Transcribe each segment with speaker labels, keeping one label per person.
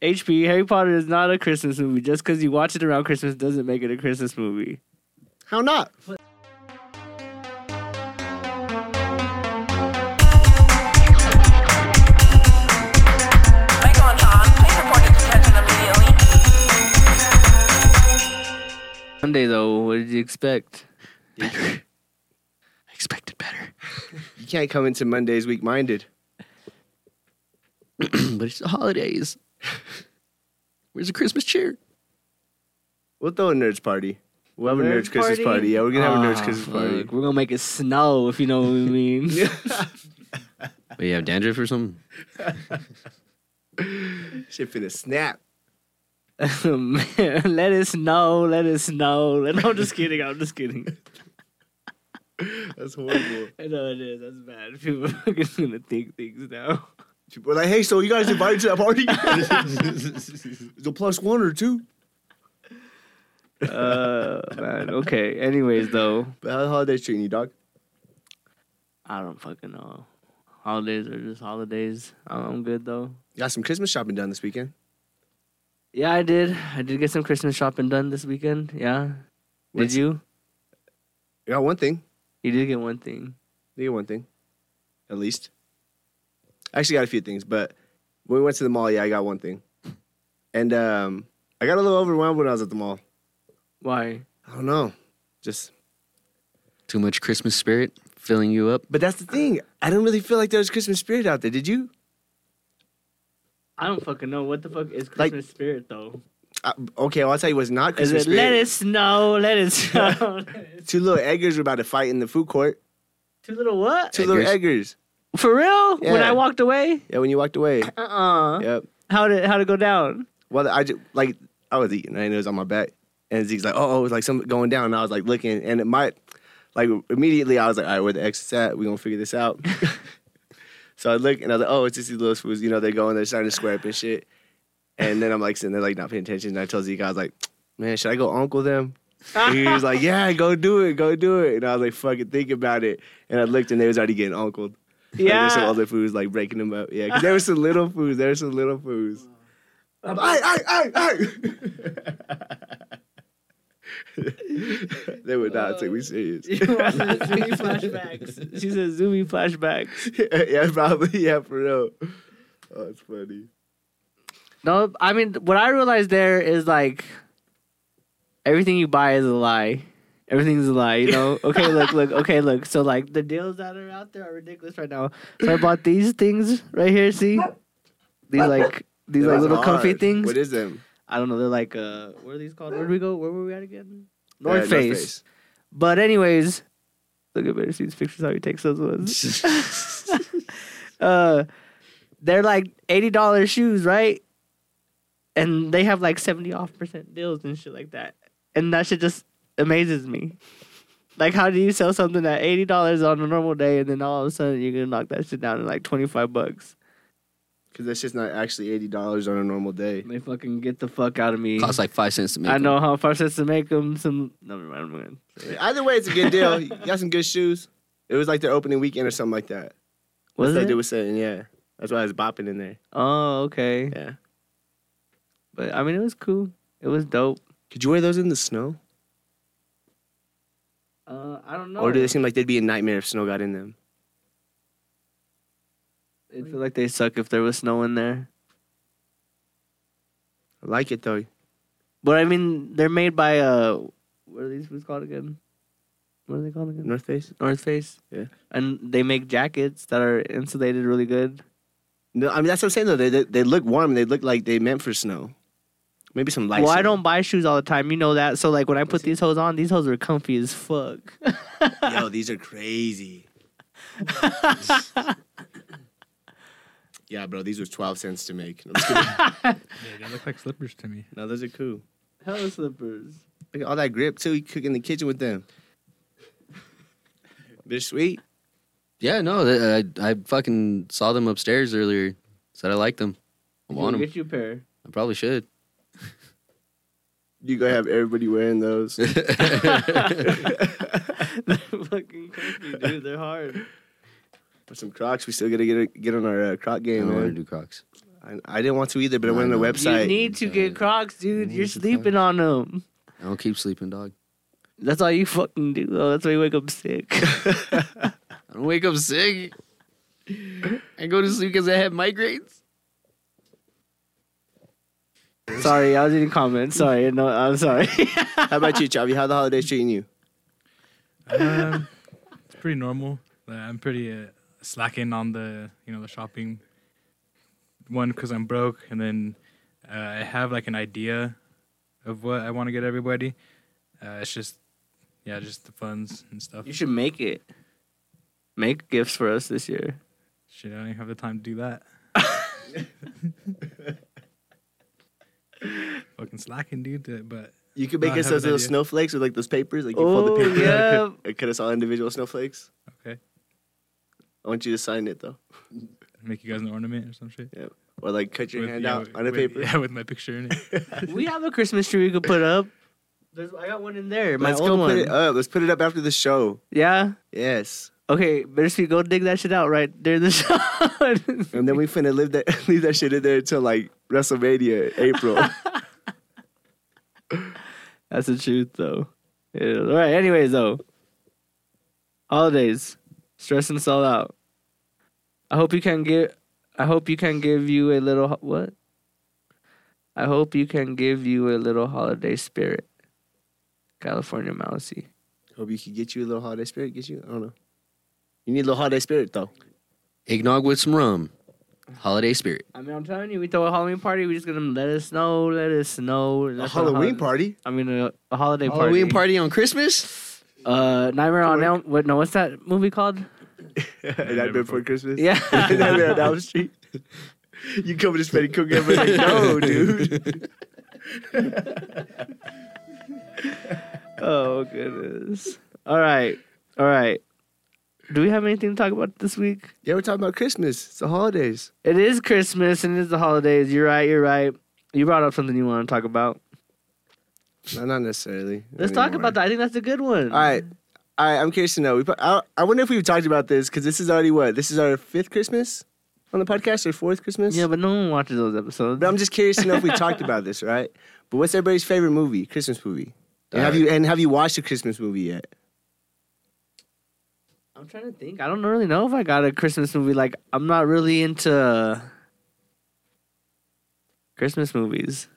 Speaker 1: HP, Harry Potter is not a Christmas movie. Just because you watch it around Christmas doesn't make it a Christmas movie.
Speaker 2: How not?
Speaker 3: Megalodon, please report its attention immediately.
Speaker 1: Sunday though, what did you expect?
Speaker 2: I expected better. you can't come into Monday's weak minded.
Speaker 4: but it's the holidays. Where's the Christmas cheer?
Speaker 2: We'll throw a nerds party. We'll have a
Speaker 1: Nerds
Speaker 2: nerds Christmas
Speaker 1: party?
Speaker 2: party. Yeah, we're gonna have a nerds
Speaker 1: Ah,
Speaker 2: Christmas
Speaker 1: fuck.
Speaker 2: party.
Speaker 1: We're gonna make it snow if you know what we mean.
Speaker 4: Wait, you have dandruff or something?
Speaker 2: Shit finna snap.
Speaker 1: Man, let it snow, let it snow. Let- I'm just kidding. I'm just kidding.
Speaker 2: That's horrible.
Speaker 1: I know it is. That's bad. People are fucking gonna think things now.
Speaker 2: We're like, hey, so you guys invited to that party? the plus one or two.
Speaker 1: Uh, man. Okay. Anyways, though,
Speaker 2: But how the holidays treating you, dog?
Speaker 1: I don't fucking know. Holidays are just holidays. I'm I'm good though.
Speaker 2: Got some Christmas shopping done this weekend.
Speaker 1: Yeah, I did. I did get some Christmas shopping done this weekend. Yeah.
Speaker 2: What's-
Speaker 1: Did you?
Speaker 2: I got one thing.
Speaker 1: You did get one thing.
Speaker 2: You got one thing, at least. I actually got a few things, but when we went to the mall, yeah, I got one thing. And um, I got a little overwhelmed when I was at the mall.
Speaker 1: Why?
Speaker 2: I don't know, just.
Speaker 4: Too much Christmas spirit filling you up?
Speaker 2: But that's the thing. I don't really feel like there was Christmas spirit out there. Did you?
Speaker 1: I don't fucking know. What the fuck is
Speaker 2: Like-
Speaker 1: Christmas spirit though?
Speaker 2: I, Uh, okay, well, I'll tell you what's not
Speaker 1: Is
Speaker 2: Christmas
Speaker 1: it
Speaker 2: spirit.
Speaker 1: let it snow, let it snow?
Speaker 2: Two little Eggers were about to fight in the food court.
Speaker 1: Two little what?
Speaker 2: Two little Eggers.
Speaker 1: For real? When
Speaker 2: Yeah. Uh-uh.
Speaker 1: I walked away?
Speaker 2: Yeah, when you walked away.
Speaker 1: Uh uh
Speaker 2: yep.
Speaker 1: How did how to go down?
Speaker 2: Well, I just like I was eating and it was on my back, and Zeke's like, "Oh, oh, it's like something going down." And I was like looking, and it might, like immediately, I was like, "All right, where the X is at? We gonna figure this out." so I look, and I was like, "Oh, it's just these little fools. You know, they're going, they're starting to square up and shit." And then I'm like sitting there, like not paying attention. And I told Zeke, I was like, "Man, should I go uncle them?" And he was like, "Yeah, go do it, go do it." And I was like, "Fucking think about it." And I looked, and they was already getting uncled. Like,
Speaker 1: Yeah.
Speaker 2: there's some other foods like breaking them up. Yeah, 'cause there were some little foods. There were some little foods. I'm, "Ay, ay, ay, ay." they would not take me serious.
Speaker 1: Zoomy flashbacks. She said Zoomy flashbacks.
Speaker 2: yeah, probably. Yeah, for real. Oh, it's funny.
Speaker 1: No, I mean what I realized there is like everything you buy is a lie. Everything's a lie, you know. Okay, look, look, okay, look. So like the deals that are out there are ridiculous right now. So I bought these things right here. See, these like these
Speaker 2: That
Speaker 1: like
Speaker 2: was
Speaker 1: little comfy
Speaker 2: hard.
Speaker 1: things.
Speaker 2: What is them?
Speaker 1: I don't know. They're like uh, what are these called? Where did we go? Where were we at again?
Speaker 2: Yeah,
Speaker 1: North Face. But anyways, look at better see these pictures how he takes those ones. uh, they're like eighty dollars shoes, right? And they have like seventy off percent deals and shit like that. And that shit just amazes me. Like, how do you sell something at eighty dollars on a normal day, and then all of a sudden you're gonna knock that shit down to like twenty five bucks?
Speaker 2: Because that's just not actually eighty dollars on a normal day.
Speaker 1: They fucking get the fuck out of me.
Speaker 4: Costs like five cents to make.
Speaker 1: I
Speaker 4: them.
Speaker 1: know how far cents to make them. Some never mind. I'm gonna
Speaker 2: Either way, it's a good deal. You got some good shoes. It was like their opening weekend or something like that.
Speaker 1: Was
Speaker 2: That's what
Speaker 1: it?
Speaker 2: they was saying, yeah. That's why I was bopping in there.
Speaker 1: Oh, okay.
Speaker 2: Yeah.
Speaker 1: But I mean, it was cool. It was dope.
Speaker 2: Could you wear those in the snow?
Speaker 1: Uh, I don't know.
Speaker 2: Or do they seem like they'd be a nightmare if snow got in them?
Speaker 1: I feel like they suck if there was snow in there.
Speaker 2: I like it though.
Speaker 1: But I mean, they're made by uh, what are these boots called again? What are they called again?
Speaker 2: North Face?
Speaker 1: North Face.
Speaker 2: Yeah.
Speaker 1: And they make jackets that are insulated really good.
Speaker 2: No, I mean that's what I'm saying though. They they, they look warm. They look like they meant for snow. Maybe some light.
Speaker 1: well, I
Speaker 2: snow.
Speaker 1: don't buy shoes all the time, you know that. So like when I put these hoes on, these hoes are comfy as fuck.
Speaker 2: Yo, these are crazy. yeah, bro, these were twelve cents to make. I'm just kidding.
Speaker 5: Yeah, they look like slippers to me.
Speaker 2: no, those are cool.
Speaker 1: Hella slippers.
Speaker 2: Look at all that grip too. You cook in the kitchen with them. They're sweet.
Speaker 4: Yeah, no, th- I, I fucking saw them upstairs earlier. Said I liked them. I want them.
Speaker 1: Get you a pair.
Speaker 4: I probably should.
Speaker 2: You gonna have everybody wearing those?
Speaker 1: they're fucking comfy, dude. They're hard.
Speaker 2: With some Crocs, we still gotta get a, get on our uh, Croc
Speaker 4: I
Speaker 2: game,
Speaker 4: want to
Speaker 2: man.
Speaker 4: do Crocs.
Speaker 2: I, I didn't want to either, but I
Speaker 4: No,
Speaker 2: went on the
Speaker 4: no. You
Speaker 2: website.
Speaker 1: you need to get Crocs, dude.
Speaker 2: Mm,
Speaker 1: You're
Speaker 2: it's a
Speaker 1: sleeping on them.
Speaker 4: I don't keep sleeping, dog.
Speaker 1: That's all you fucking do. though. that's why you wake up sick.
Speaker 4: I don't wake up sick. I go to sleep because I have migraines.
Speaker 1: sorry, I was reading comments. Sorry, no, I'm sorry.
Speaker 2: How about you, Chavi? How the holidays treating you?
Speaker 5: Um, it's pretty normal. Uh, I'm pretty uh, slacking on the you know the shopping one because I'm broke, and then uh, I have like an idea of what I want to get everybody. Uh, it's just yeah, just the funds and stuff.
Speaker 1: you should make it. Make gifts for us this year.
Speaker 5: Shit, I don't even have the time to do that. Fucking slacking, dude. But
Speaker 2: You could
Speaker 5: No,
Speaker 2: make
Speaker 5: I
Speaker 2: us
Speaker 5: have
Speaker 2: those
Speaker 5: an
Speaker 2: little
Speaker 5: idea.
Speaker 2: snowflakes with like those papers. Like you
Speaker 1: Oh
Speaker 2: fold the paper.
Speaker 1: yeah,
Speaker 2: I cut us all individual snowflakes.
Speaker 5: okay,
Speaker 2: I want you to sign it though,
Speaker 5: make you guys an ornament or some shit.
Speaker 2: or like cut your
Speaker 5: With-
Speaker 2: hand
Speaker 5: yeah,
Speaker 2: out
Speaker 5: with-
Speaker 2: on a
Speaker 5: with-
Speaker 2: paper.
Speaker 5: Yeah, with my picture in it.
Speaker 1: we have a Christmas tree we could put up. There's, I got one in there. My
Speaker 2: Let's
Speaker 1: old
Speaker 2: go
Speaker 1: one.
Speaker 2: put it up. Let's put it up after the show.
Speaker 1: Yeah.
Speaker 2: Yes,
Speaker 1: Okay, Bittersweet, go dig that shit out right during the show.
Speaker 2: and then we finna live that leave that shit in there until like WrestleMania April.
Speaker 1: That's the truth, though. It is. All right. Anyways, though, holidays, stress and all out. I hope you can give. I hope you can give you a little ho- what? I hope you can give you a little holiday spirit. California Mousy.
Speaker 2: Hope you can get you a little holiday spirit. Get you? I don't know. You need a little holiday spirit though.
Speaker 4: Eggnog with some rum. Holiday spirit.
Speaker 1: I mean, I'm telling you, we throw a Halloween party. We just gonna let it snow, let it snow.
Speaker 2: A Halloween party.
Speaker 1: I mean, a, a holiday
Speaker 4: Halloween party on Christmas?
Speaker 1: Uh, Nightmare on Elm. What? No, what's that movie called?
Speaker 2: Night before Christmas.
Speaker 1: Yeah.
Speaker 2: Nightmare on Elm Street. You coming to spend cooking? I'm like, no, dude.
Speaker 1: Oh goodness. All right. All right. Do we have anything to talk about this week?
Speaker 2: Yeah, we're talking about Christmas. It's the holidays.
Speaker 1: It is Christmas and it is the holidays. You're right, you're right. You brought up something you want to talk about.
Speaker 2: No, not necessarily.
Speaker 1: Let's talk about that. I think that's a good one.
Speaker 2: All right. All right, I'm curious to know. We, pro- I, I wonder if we've talked about this because this is already what? This is our fifth Christmas on the podcast or fourth Christmas?
Speaker 1: Yeah, but no one watches those episodes.
Speaker 2: But I'm just curious to know if we talked about this, right? But what's everybody's favorite movie? Christmas movie. And have you and have you watched a Christmas movie yet?
Speaker 1: I'm trying to think. I don't really know if I got a Christmas movie. Like, I'm not really into Christmas movies.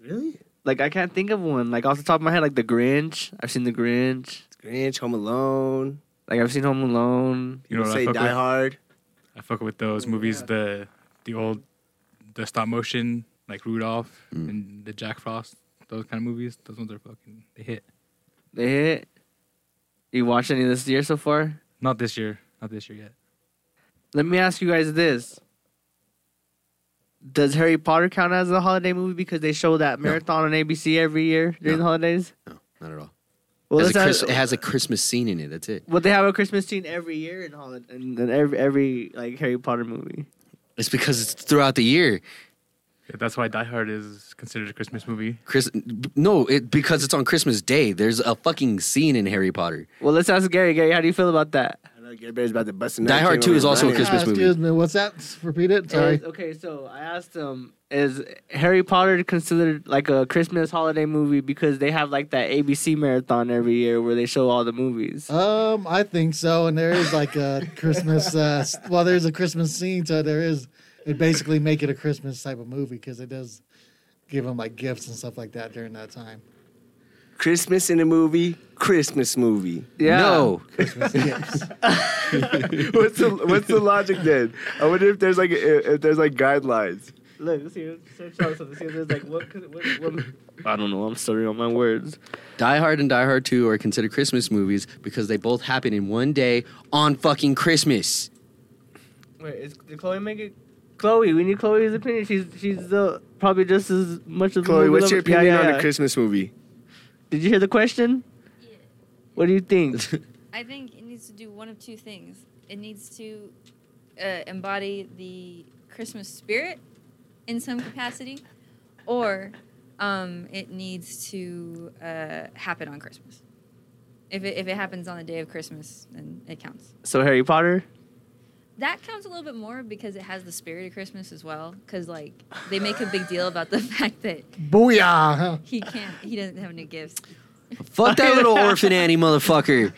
Speaker 2: Really?
Speaker 1: Like, I can't think of one. Like, off the top of my head, like The Grinch. I've seen The Grinch.
Speaker 2: Grinch, Home Alone.
Speaker 1: Like, I've seen Home Alone.
Speaker 5: You know what
Speaker 2: say
Speaker 5: I fuck
Speaker 2: Die
Speaker 5: with?
Speaker 2: Hard.
Speaker 5: I fuck with those movies. The the old the stop motion like Rudolph
Speaker 4: Mm.
Speaker 5: and the Jack Frost. Those kind of movies. Those ones are fucking they hit.
Speaker 1: They hit. You watched any this year so far?
Speaker 5: Not this year. Not this year yet.
Speaker 1: Let me ask you guys this. Does Harry Potter count as a holiday movie because they show that marathon on ABC every year during the
Speaker 4: No.
Speaker 1: holidays?
Speaker 4: No, not at all.
Speaker 1: Well,
Speaker 4: Has a
Speaker 1: that's
Speaker 4: Chris- it has a Christmas scene in it. That's it.
Speaker 1: well, they have a Christmas scene every year in holiday in, in every every like Harry Potter movie.
Speaker 4: It's because it's throughout the year.
Speaker 5: Yeah, that's why Die Hard is considered a Christmas movie.
Speaker 4: Chris, no, it because it's on Christmas Day. There's a fucking scene in Harry Potter.
Speaker 1: Well, let's ask Gary. Gary, how do you feel about that?
Speaker 2: I know everybody's about to bust
Speaker 4: Die Hard 2 is also a Christmas-
Speaker 6: Ah, excuse
Speaker 4: movie.
Speaker 6: me. What's that? Repeat it. Sorry.
Speaker 1: Is- okay, so I asked him, is Harry Potter considered like a Christmas holiday movie because they have like that ABC marathon every year where they show all the
Speaker 4: Uh,
Speaker 1: movies?
Speaker 6: Um, I think so. And there is like a Christmas. Uh, s- well, there's a Christmas scene, so there is. It basically make it a Christmas type of movie because it does give them like gifts and stuff like that during that time.
Speaker 2: Christmas in a movie, Christmas movie.
Speaker 1: yeah.
Speaker 4: No,
Speaker 6: Christmas gifts.
Speaker 2: what's the what's the logic then? I wonder if there's like if there's like guidelines.
Speaker 1: Look, let's see, search out something. See if there's like what, could- what, what. I don't know. I'm stuttering on my words.
Speaker 4: Die Hard and Die Hard 2 are considered Christmas movies because they both happen in one day on fucking Christmas.
Speaker 1: Wait, is did Chloe make it? Chloe, we need Chloe's opinion. She's she's the probably just as much of.
Speaker 2: Chloe,
Speaker 1: the
Speaker 2: what's your opinion on
Speaker 1: the
Speaker 2: a Christmas movie?
Speaker 1: Did you hear the question?
Speaker 7: Yeah.
Speaker 1: What do you think?
Speaker 7: I think it needs to do one of two things. It needs to uh, embody the Christmas spirit in some capacity, or um, it needs to uh, happen on Christmas. If it, if it happens on the day of Christmas, then it counts.
Speaker 1: so Harry Potter.
Speaker 7: that counts a little bit more because it has the spirit of Christmas as well. Because like they make a big deal about the fact that
Speaker 6: Booyah! Huh?
Speaker 7: he can't, he doesn't have any gifts.
Speaker 4: Fuck that little orphan Annie motherfucker.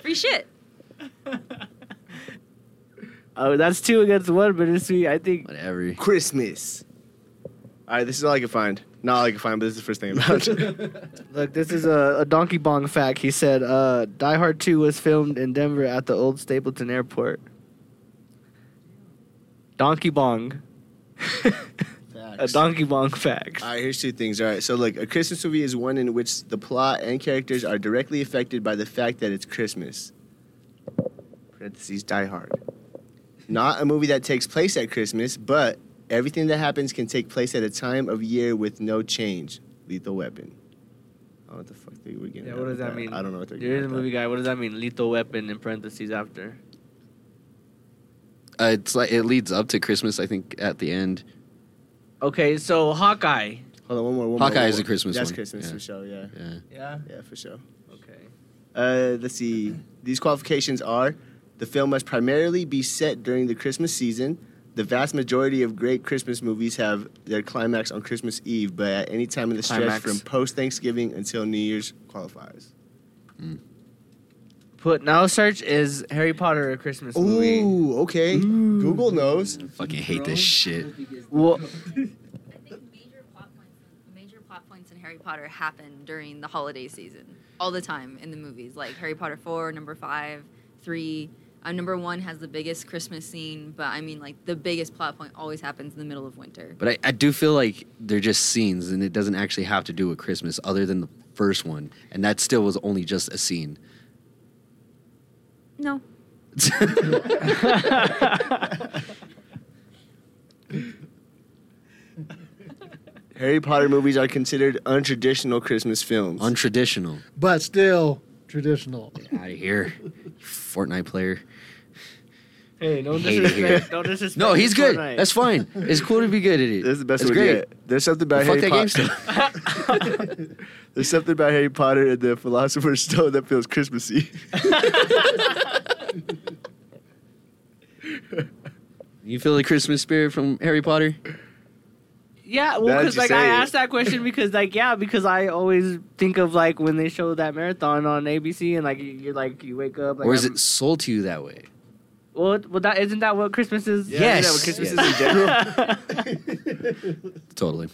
Speaker 7: Free shit.
Speaker 1: Oh, that's two against one, bittersweet. I think
Speaker 4: Whatever.
Speaker 2: Christmas. All right, this is all I can find. Not all I can find, but this is the first thing about.
Speaker 1: Look, this is a, a Donkey Bong fact. He said, uh, Die Hard 2 was filmed in Denver at the old Stapleton Airport. Donkey Bong. a
Speaker 2: Facts.
Speaker 1: Donkey Bong fact.
Speaker 2: All right, here's two things. All right, so look, a Christmas movie is one in which the plot and characters are directly affected by the fact that it's Christmas. Parentheses, Die Hard. Not a movie that takes place at Christmas, but everything that happens can take place at a time of year with no change. Lethal Weapon. I don't know what the fuck they were getting.
Speaker 1: Yeah,
Speaker 2: at
Speaker 1: what does
Speaker 2: with
Speaker 1: that mean?
Speaker 2: I don't know what they're
Speaker 1: You're
Speaker 2: getting.
Speaker 1: the
Speaker 2: at
Speaker 1: movie guy. What does that mean? Lethal weapon in parentheses after.
Speaker 4: Uh, it's like it leads up to Christmas, I think, at the end.
Speaker 1: Okay, so Hawkeye.
Speaker 2: that. Hold on, one more. One more,
Speaker 4: Hawkeye
Speaker 2: one
Speaker 4: is a
Speaker 2: more.
Speaker 4: Christmas
Speaker 2: That's
Speaker 4: one.
Speaker 2: Christmas
Speaker 4: Yeah.
Speaker 2: for sure. Yeah,
Speaker 4: Yeah.
Speaker 1: Yeah.
Speaker 2: yeah, for sure.
Speaker 1: Okay.
Speaker 2: Uh, let's see. These qualifications are the film must primarily be set during the Christmas season. The vast majority of great Christmas movies have their climax on Christmas Eve, but at any time in the stretch
Speaker 1: Climax.
Speaker 2: from post Thanksgiving until New Year's qualifies.
Speaker 1: Put now search is Harry Potter a Christmas movie.
Speaker 2: Ooh, okay. Google knows.
Speaker 4: Fucking hate this shit.
Speaker 1: Well,
Speaker 7: I think major plot points, major plot points in Harry Potter happen during the holiday season, all the time in the movies, like Harry Potter four, number five, three. Uh, number one has the biggest Christmas scene, but I mean, like the biggest plot point always happens in the middle of winter.
Speaker 4: But I, I do feel like they're just scenes, and it doesn't actually have to do with Christmas, other than the first one, and that still was only just a scene.
Speaker 7: No,
Speaker 2: Harry Potter movies are considered untraditional Christmas films.
Speaker 4: Untraditional.
Speaker 6: But still traditional.
Speaker 4: Out of here, you Fortnite player.
Speaker 1: hey, no
Speaker 4: Hate it
Speaker 1: disrespect.
Speaker 4: here.
Speaker 1: No disrespect.
Speaker 4: No, he's good.
Speaker 1: Fortnite.
Speaker 4: That's fine. It's cool to be good at it.
Speaker 2: That's the best
Speaker 4: it's
Speaker 2: one
Speaker 4: great.
Speaker 2: yet. There's something about
Speaker 4: But Fuck
Speaker 2: Harry
Speaker 4: that game
Speaker 2: Potter.
Speaker 4: stuff.
Speaker 2: There's something about Harry Potter and the Philosopher's Stone that feels Christmassy.
Speaker 4: You feel the Christmas spirit from Harry Potter?
Speaker 1: Yeah, well,
Speaker 2: That'd
Speaker 1: because
Speaker 2: you
Speaker 1: like
Speaker 2: say
Speaker 1: I
Speaker 2: it.
Speaker 1: asked that question because like yeah, because I always think of like when they show that marathon on ABC and like you- you're like you wake up. Like,
Speaker 4: or is
Speaker 1: I'm-
Speaker 4: it sold to you that way?
Speaker 1: Well, it- well, that isn't that what Christmas is.
Speaker 4: Yeah, Yes.
Speaker 2: Isn't that what Christmas
Speaker 4: Yes.
Speaker 2: is in general?
Speaker 4: Totally.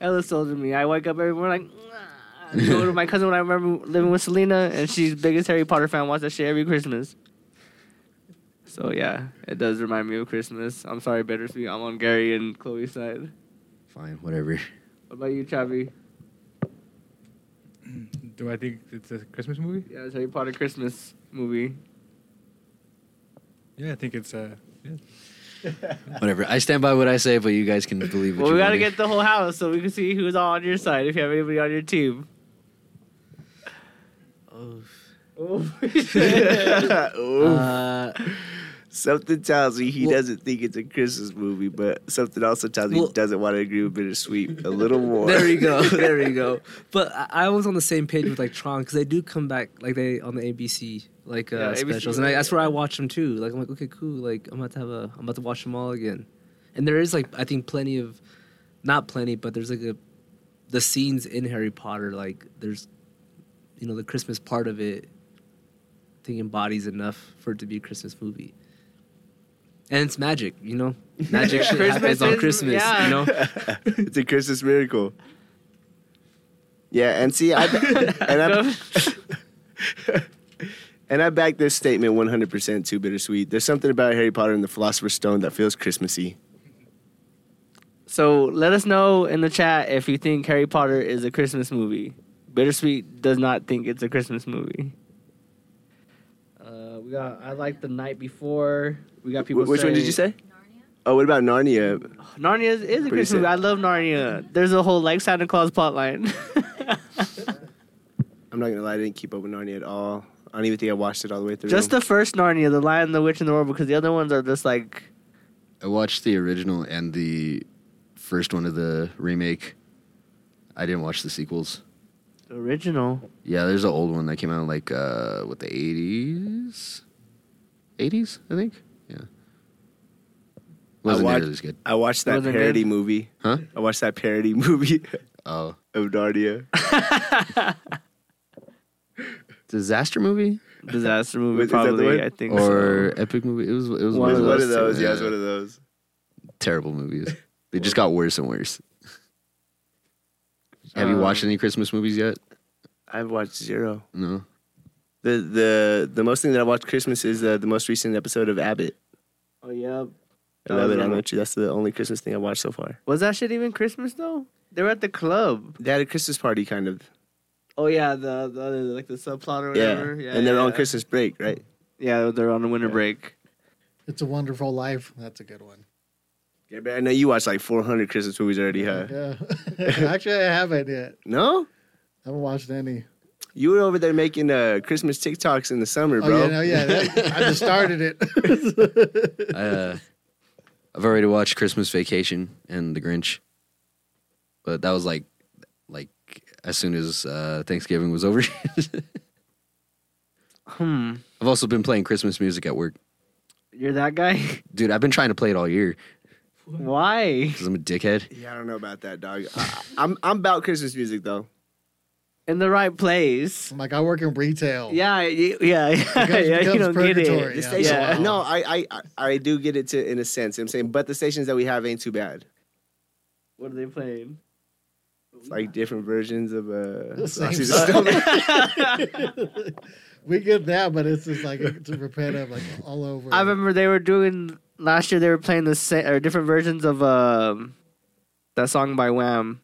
Speaker 1: Ella sold to me. I wake up every morning like. "Mwah." I Go to my cousin when I remember living with Selena, and she's biggest Harry Potter fan. Watch that shit every Christmas. So yeah, it does remind me of Christmas. I'm sorry, bittersweet. I'm on Gary and Chloe's side.
Speaker 4: Fine, whatever.
Speaker 1: What about you, Chavi?
Speaker 5: Mm. Do I think it's a Christmas movie?
Speaker 1: Yeah, it's Harry Potter Christmas movie.
Speaker 5: Yeah, I think it's uh, a.
Speaker 4: Whatever. I stand by what I say, but you guys can believe what
Speaker 1: Well,
Speaker 4: you
Speaker 1: we gotta
Speaker 4: want
Speaker 1: get the whole house so we can see who's all on your side. If you have anybody on your team. Oh.
Speaker 2: Ooh.
Speaker 4: Uh,
Speaker 2: Something tells me he
Speaker 4: Well-
Speaker 2: doesn't think it's a Christmas movie, but something also tells me
Speaker 8: Well-
Speaker 2: he doesn't want to agree with Bittersweet a little more.
Speaker 8: There you go. There you go. But I, I was on the same page with like Tron because they do come back like they on the ABC like uh,
Speaker 1: Yeah, ABC
Speaker 8: specials, and I, that's where I watch them too. Like I'm like, okay, cool. Like I'm about to have a, I'm about to watch them all again. And there is like I think plenty of, not plenty, but there's like a, the scenes in Harry Potter like there's, you know, the Christmas part of it. I think embodies enough for it to be a Christmas movie. And it's magic, you know. Magic shit happens
Speaker 1: Christmas
Speaker 8: on
Speaker 1: is-
Speaker 8: Christmas,
Speaker 1: yeah.
Speaker 8: you know.
Speaker 2: it's a Christmas miracle. Yeah, and see, I and I and I back this statement 100% too. Bittersweet. There's something about Harry Potter and the Philosopher's Stone that feels Christmassy.
Speaker 1: So let us know in the chat if you think Harry Potter is a Christmas movie. Bittersweet does not think it's a Christmas movie. Uh, we got. I like the night before. We got people.
Speaker 2: Wh- which one did
Speaker 1: saying-
Speaker 2: you say? Oh, what about Narnia?
Speaker 1: Narnia is, is a Christmas
Speaker 2: sick.
Speaker 1: movie. I love Narnia. There's a whole like Santa Claus plotline.
Speaker 2: I'm not gonna lie, I didn't keep up with Narnia at all. I don't even think I watched it all the way through.
Speaker 1: just the first Narnia, the Lion, the Witch, and the Wardrobe, because the other ones are just like
Speaker 4: I watched the original and the first one of the remake. I didn't watch the sequels.
Speaker 1: the original.
Speaker 4: Yeah, there's an old one that came out in like uh what the 80s, 80s, I think. Yeah. Wasn't
Speaker 2: I
Speaker 4: nearly
Speaker 2: watched-
Speaker 4: as good.
Speaker 2: I watched that
Speaker 8: Wasn't good?
Speaker 2: parody movie.
Speaker 4: Huh?
Speaker 2: I watched that parody movie
Speaker 4: Oh.
Speaker 2: of Narnia
Speaker 4: Disaster movie?
Speaker 1: Disaster movie,
Speaker 2: Wait, is that the one?
Speaker 1: probably. I think. so.
Speaker 4: Or epic movie? It was, it was
Speaker 1: One
Speaker 2: It
Speaker 4: one,
Speaker 2: was
Speaker 1: of
Speaker 2: one
Speaker 1: those
Speaker 2: of those.
Speaker 4: two,
Speaker 2: Yeah, it was
Speaker 4: yeah.
Speaker 2: one of those.
Speaker 4: terrible movies. They just got worse and worse.
Speaker 2: Uh,
Speaker 4: Have you watched
Speaker 1: Um,
Speaker 4: any Christmas movies yet?
Speaker 2: I've watched zero.
Speaker 4: No.
Speaker 2: The the the most thing that I watched Christmas is uh, the most recent episode of Abbott.
Speaker 1: Oh yeah.
Speaker 2: I
Speaker 1: That
Speaker 2: love
Speaker 1: was
Speaker 2: it. I
Speaker 1: one.
Speaker 2: met you. That's the only Christmas thing I watched so far.
Speaker 1: Was that shit even Christmas though? They were at the club.
Speaker 2: They had a Christmas party, kind of.
Speaker 1: Oh yeah, the, the other like the subplot or
Speaker 2: Yeah.
Speaker 1: whatever. Yeah,
Speaker 2: and they're
Speaker 1: yeah,
Speaker 2: on
Speaker 1: yeah.
Speaker 2: Christmas break, right?
Speaker 1: Yeah, they're on a winter
Speaker 2: Yeah.
Speaker 1: break.
Speaker 6: It's a Wonderful Life. That's a good one.
Speaker 2: Yeah, but I know you watched like 400 Christmas movies already, huh?
Speaker 6: Yeah. Actually, I haven't yet.
Speaker 2: No?
Speaker 6: I haven't watched any.
Speaker 2: You were over there making uh, Christmas TikToks in the summer,
Speaker 6: Oh,
Speaker 2: bro.
Speaker 6: yeah, no, yeah. that- I just started it.
Speaker 4: Uh, I've already watched Christmas Vacation and The Grinch, but that was like, like as soon as uh, Thanksgiving was over. I've
Speaker 1: Hmm.
Speaker 4: also been playing Christmas music at work,
Speaker 1: You're that guy?
Speaker 4: dude. I've been trying to play it all year
Speaker 1: Why?
Speaker 4: because I'm a dickhead.
Speaker 2: Yeah, I don't know about that, dog. I, I'm I'm about Christmas music though.
Speaker 1: In the right place.
Speaker 6: I'm like, I work in retail.
Speaker 1: Yeah, y- yeah, yeah.
Speaker 6: Oh. becomes
Speaker 1: yeah you don't get
Speaker 6: purgatory,
Speaker 1: it.
Speaker 6: yeah.
Speaker 2: The station,
Speaker 1: Yeah.
Speaker 2: no, I, I I I do get it to in a sense. you know what I'm saying, but the stations that we have ain't too bad.
Speaker 1: What are they playing?
Speaker 2: It's like different versions of uh,
Speaker 6: Same
Speaker 2: Roxy's
Speaker 6: stuff.
Speaker 2: Stomach.
Speaker 6: we get that, but it's just like it's repetitive, like all over.
Speaker 1: I remember they were doing last year. They were playing the same or different versions of um that song by Wham.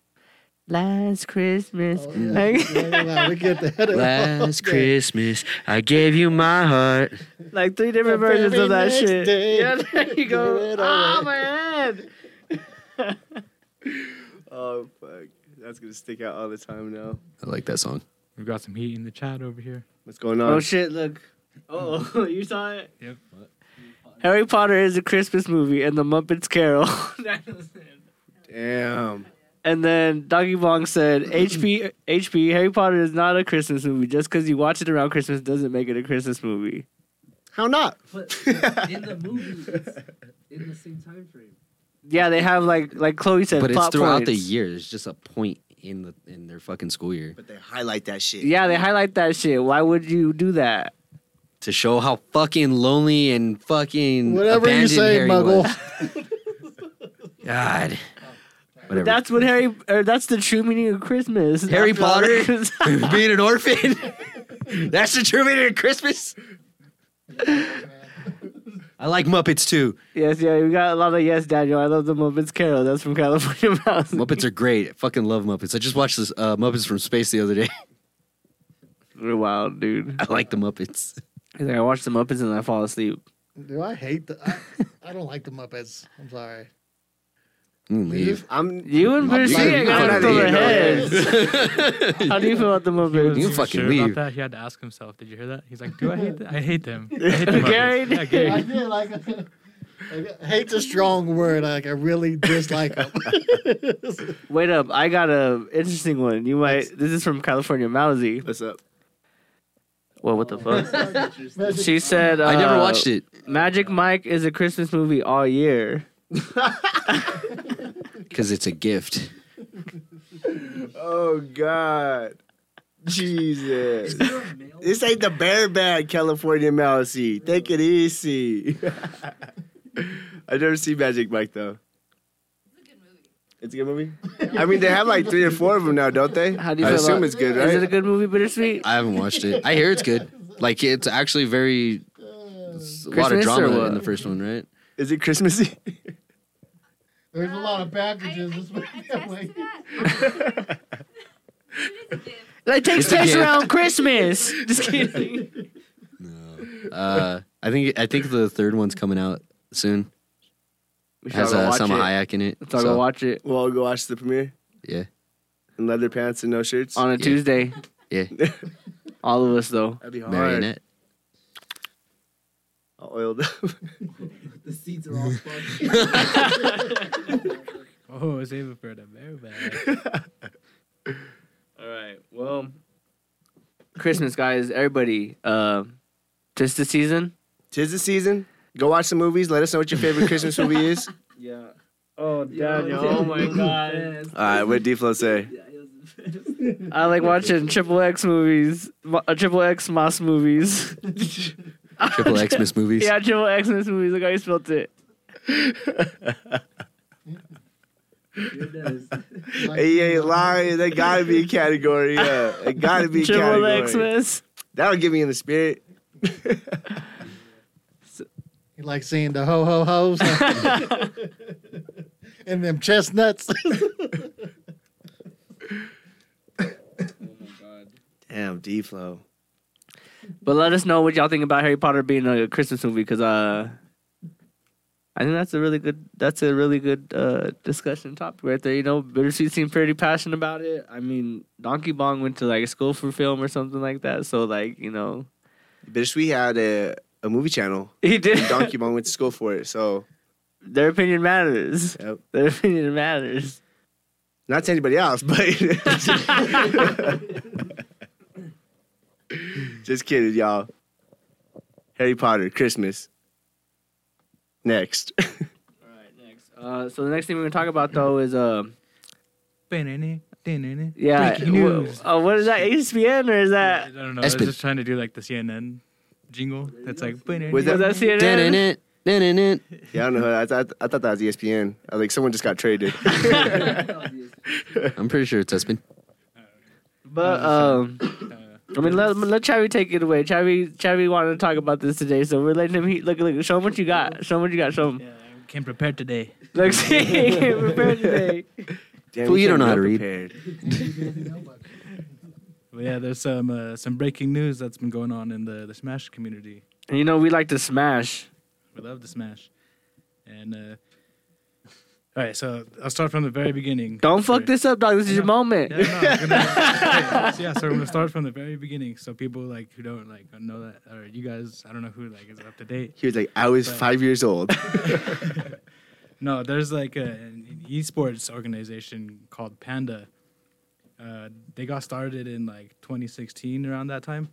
Speaker 1: Last Christmas.
Speaker 6: Oh, yeah.
Speaker 1: Like-
Speaker 6: Yeah, yeah, yeah, we get that.
Speaker 4: Last
Speaker 6: Okay.
Speaker 4: Christmas, I gave you my heart.
Speaker 1: Like three different
Speaker 6: The
Speaker 1: versions
Speaker 6: very
Speaker 1: of that
Speaker 6: next
Speaker 1: shit.
Speaker 6: day.
Speaker 1: Yeah, there you
Speaker 6: Give
Speaker 1: go.
Speaker 6: it
Speaker 1: Ah,
Speaker 6: away.
Speaker 1: my head.
Speaker 2: oh fuck, that's gonna stick out all the time now.
Speaker 4: I like that song.
Speaker 5: We've got some heat in the chat over here.
Speaker 2: What's going on?
Speaker 1: Oh shit! Look. Oh, you saw it.
Speaker 5: Yep.
Speaker 1: Harry Potter is a Christmas movie, and The Muppets Carol.
Speaker 2: Damn.
Speaker 1: and then Doggy Bong said, "HP, HP, Harry Potter is not a Christmas movie. Just because you watch it around Christmas doesn't make it a Christmas movie."
Speaker 2: How not?
Speaker 8: But in the movie, it's in the same time frame.
Speaker 1: Yeah, they have like like Chloe said,
Speaker 4: But it's
Speaker 1: plot
Speaker 4: throughout the
Speaker 1: points.
Speaker 4: year. It's just a point in the in their fucking school year
Speaker 2: But they highlight that shit.
Speaker 1: Yeah, they highlight that shit. Why would you do that?
Speaker 4: to show how fucking lonely and fucking
Speaker 6: Whatever you
Speaker 4: abandoned
Speaker 6: say,
Speaker 4: Harry
Speaker 6: Muggle.
Speaker 4: was. God. Whatever.
Speaker 1: That's what Harry, or that's the true meaning of Christmas.
Speaker 4: Harry
Speaker 1: After all
Speaker 4: Potter?
Speaker 1: this-
Speaker 4: being an orphan. That's the true meaning of Christmas. I like Muppets too.
Speaker 1: yes, yeah, we got a lot of yes, Daniel. I love the Muppets Carol. That's from California Mouse.
Speaker 4: Muppets are great. I fucking love Muppets. I just watched this uh, Muppets from Space the other day.
Speaker 1: We're wild, dude.
Speaker 4: I like the Muppets.
Speaker 1: He's like, I watch the Muppets and I fall asleep.
Speaker 6: Do I hate the? I, I don't like the Muppets. I'm sorry.
Speaker 4: Mm, leave.
Speaker 2: I'm.
Speaker 1: You and
Speaker 4: You
Speaker 1: Percy
Speaker 4: can-
Speaker 1: are
Speaker 4: you
Speaker 1: gonna
Speaker 4: can
Speaker 1: have to
Speaker 4: leave.
Speaker 1: their heads. How do you feel about the
Speaker 4: You
Speaker 1: Muppets?
Speaker 4: can fucking
Speaker 5: sure about
Speaker 4: leave.
Speaker 5: that? He had to ask himself. Did you hear that? He's like, do I hate that? I hate them. I hate them.
Speaker 1: Gary
Speaker 5: Yeah,
Speaker 1: did.
Speaker 6: I
Speaker 5: Gary.
Speaker 6: did like. like, hate's a strong word. Like I really dislike them.
Speaker 1: Wait up, I got a interesting one. You might. This is from California Mousy.
Speaker 2: What's up?
Speaker 1: Well, what the fuck? She said, uh,
Speaker 4: I never watched it.
Speaker 1: Magic Mike is a Christmas movie all year.
Speaker 4: Because it's a gift.
Speaker 2: Oh God. Jesus. this ain't the bear bag, California Mousy. Take it easy. I've never seen Magic Mike though. It's a good movie. I mean, they have like three or four of them now, don't they?
Speaker 1: How do you
Speaker 2: I
Speaker 1: feel
Speaker 2: assume
Speaker 1: about-
Speaker 2: it's good, right?
Speaker 1: Is it a good movie, Bittersweet?
Speaker 4: I haven't watched it. I hear it's good. Like it's actually very it's a lot of
Speaker 1: Christmas or
Speaker 4: drama
Speaker 1: what?
Speaker 4: in the first one, right?
Speaker 2: Is it Christmassy?
Speaker 6: There's a lot of packages. this
Speaker 7: I, I
Speaker 6: week.
Speaker 7: can
Speaker 6: I'm
Speaker 7: attest
Speaker 6: like,
Speaker 7: to that. It is a gift.
Speaker 1: Like, it takes
Speaker 4: It's a
Speaker 1: place
Speaker 4: gift.
Speaker 1: around Christmas. Just kidding.
Speaker 4: Uh, I think I think the third one's coming out soon.
Speaker 1: We
Speaker 4: It
Speaker 1: should all
Speaker 4: has
Speaker 1: go
Speaker 4: uh,
Speaker 1: watch
Speaker 4: Selma
Speaker 1: it.
Speaker 4: Hayek in it.
Speaker 1: Let's all
Speaker 4: so,
Speaker 1: go watch it
Speaker 2: Well, I'll go watch the premiere
Speaker 4: Yeah,
Speaker 2: in leather pants and no shirts.
Speaker 1: on a
Speaker 4: Yeah.
Speaker 1: Tuesday.
Speaker 4: yeah.
Speaker 1: All of us though.
Speaker 2: That'd be hard.
Speaker 4: Marionette.
Speaker 2: All oiled up.
Speaker 8: The seats are all spongy.
Speaker 5: Oh, it's even for the bear bag.
Speaker 1: All right. Well, Christmas, guys, everybody. Uh, just the season.
Speaker 2: tis the season. Go watch some movies. Let us know what your favorite Christmas movie is.
Speaker 1: Yeah. Oh, Daniel. Oh, my God.
Speaker 2: All right, what Deflo say?
Speaker 1: I like watching Triple X movies, Mo- uh, Triple X Moss movies.
Speaker 4: Triple X Miss movies.
Speaker 1: Yeah, Triple X Miss movies. Look how you spelt it.
Speaker 2: Hey, yeah, lying. That gotta be a category. Yeah, it gotta be a
Speaker 1: Triple X
Speaker 2: category.
Speaker 1: Miss.
Speaker 2: That'll get me in the spirit.
Speaker 6: You like seeing the ho ho ho's and them chestnuts.
Speaker 2: Damn, Deflo.
Speaker 1: But let us know what y'all think about Harry Potter being a Christmas movie, because uh, I think that's a really good that's a really good uh discussion topic right there. You know, Bittersweet seemed pretty passionate about it. I mean, Donkey Bong went to like school for film or something like that. So like you know,
Speaker 2: Bittersweet had a, a movie channel.
Speaker 1: he did.
Speaker 2: And Donkey Kong went to school for it, so
Speaker 1: Their opinion matters.
Speaker 2: Yep.
Speaker 1: Their opinion matters.
Speaker 2: not to anybody else, but just kidding, y'all. Harry Potter, Christmas. Next.
Speaker 1: All right, next. Uh, so the next thing we're gonna talk about though is uh, yeah,
Speaker 5: Breaking
Speaker 1: wh-
Speaker 5: news.
Speaker 1: uh, what is that? ESPN or is
Speaker 5: I
Speaker 1: that?
Speaker 5: don't know. I was
Speaker 4: Espen.
Speaker 5: just trying to do like the CNN jingle. That's like.
Speaker 2: Was that-
Speaker 1: Was that CNN?
Speaker 4: Dun-dun-dun.
Speaker 2: Yeah, I don't know. I, th- I thought that was E ESPN. I was like, someone just got traded.
Speaker 4: I'm pretty sure it's Espen.
Speaker 1: But
Speaker 5: Uh,
Speaker 1: um, I mean, let let Chavi take it away. Chavi Chavi wanted to talk about this today, so we're letting him. He, look, look, show him what you got. Show him what you got. Show him.
Speaker 5: Came prepared today.
Speaker 1: Look, see, prepare today.
Speaker 2: Damn,
Speaker 4: Fool, you
Speaker 2: came
Speaker 4: don't know how to read.
Speaker 2: unprepared.
Speaker 5: But yeah, there's some uh, some breaking news that's been going on in the, the Smash community.
Speaker 1: And you know we like to smash.
Speaker 5: We love the Smash. And uh, all right, so I'll start from the very beginning.
Speaker 1: Don't fuck
Speaker 5: Sorry.
Speaker 1: this up, dog. This is your moment.
Speaker 5: Yeah, no, I'm gonna- so yeah, so we're gonna start from the very beginning. So people like who don't like know that, or you guys, I don't know who like is up to date.
Speaker 2: He was like, I was five years old.
Speaker 5: No, there's like a, an esports organization called Panda. Uh, they got started in like 2016 around that time,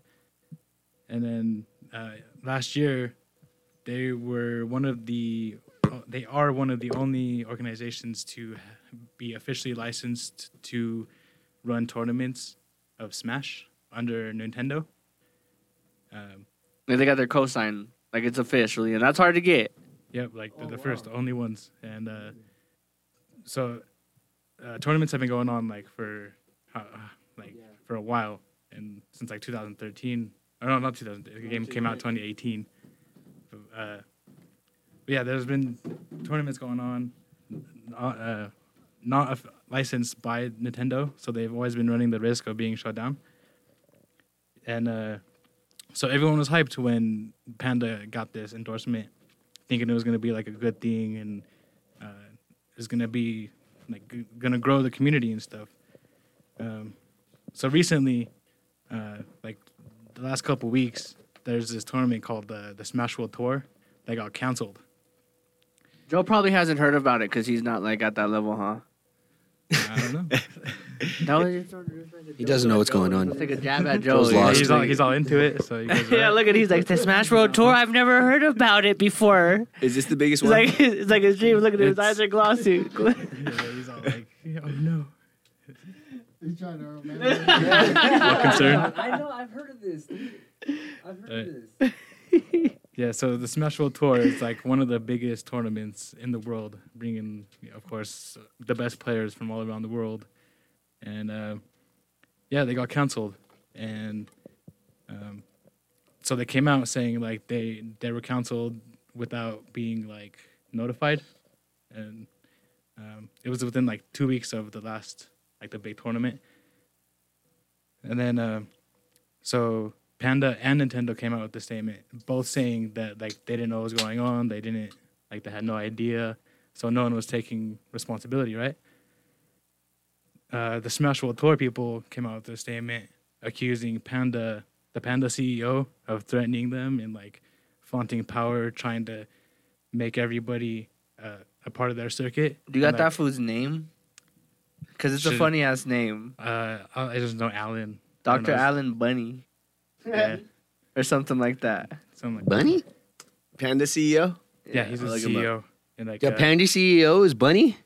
Speaker 5: and then uh, last year they were one of the oh, they are one of the only organizations to be officially licensed to run tournaments of Smash under Nintendo. Um,
Speaker 1: And they got their cosign. Like it's officially, and that's hard to get.
Speaker 5: Yep, like they're the first, only ones, and uh, so uh, tournaments have been going on like for uh, like for a while, and since like 2013. Or no, not 2000. The game came out 2018. But, uh, but yeah, there's been tournaments going on, not, uh, not of- licensed by Nintendo, so they've always been running the risk of being shut down. And uh, so everyone was hyped when Panda got this endorsement thinking it was going to be like a good thing and uh, it's going to be like g- going to grow the community and stuff. Um, so recently, uh, like the last couple weeks, there's this tournament called the the Smash World Tour that got canceled.
Speaker 1: Joe probably hasn't heard about it because he's not like at that level, huh?
Speaker 5: I don't know.
Speaker 1: That was
Speaker 4: He doesn't know what's going
Speaker 1: Let's take
Speaker 4: on.
Speaker 1: a jab at Joe.
Speaker 4: Joe's
Speaker 1: Yeah,
Speaker 4: lost.
Speaker 5: he's all he's all into it. So you guys are
Speaker 1: yeah,
Speaker 5: right.
Speaker 1: look at he's like the Smash Road Tour. I've never heard about it before.
Speaker 2: Is this the biggest
Speaker 1: It's
Speaker 2: one?
Speaker 1: like it's like his dream. Look at it, his
Speaker 5: It's-
Speaker 1: eyes are glossy.
Speaker 5: Yeah, he's all like, oh no,
Speaker 6: He's trying to remember.
Speaker 5: what concern?
Speaker 8: I know. I've heard of this. I've heard
Speaker 5: of
Speaker 8: this.
Speaker 5: Uh, Yeah, so the Smash World Tour is like one of the biggest tournaments in the world, bringing, of course, the best players from all around the world. And uh, yeah, they got canceled, and um, so they came out saying like they they were canceled without being like notified, and um, it was within like two weeks of the last like the big tournament. And then uh, so Panda and Nintendo came out with the statement, both saying that like they didn't know what was going on, they didn't like they had no idea, so no one was taking responsibility, right? Uh, the Smash World Tour people came out with their statement accusing Panda, the Panda CEO, of threatening them and like flaunting power, trying to make everybody uh, a part of their circuit.
Speaker 1: Do you got
Speaker 5: And,
Speaker 1: that food's name? Because it's a
Speaker 5: Should-
Speaker 1: funny ass name,
Speaker 5: like, Uh, I I just know Alan. I don't
Speaker 1: Doctor
Speaker 5: know,
Speaker 1: Alan Bunny
Speaker 5: Yeah,
Speaker 1: or something like that.
Speaker 5: something like
Speaker 4: Bunny?
Speaker 2: Panda CEO.
Speaker 5: Yeah, he's E a
Speaker 2: I like him a lot.
Speaker 5: CEO. And like,
Speaker 4: The
Speaker 5: uh,
Speaker 4: Pandy CEO is Bunny.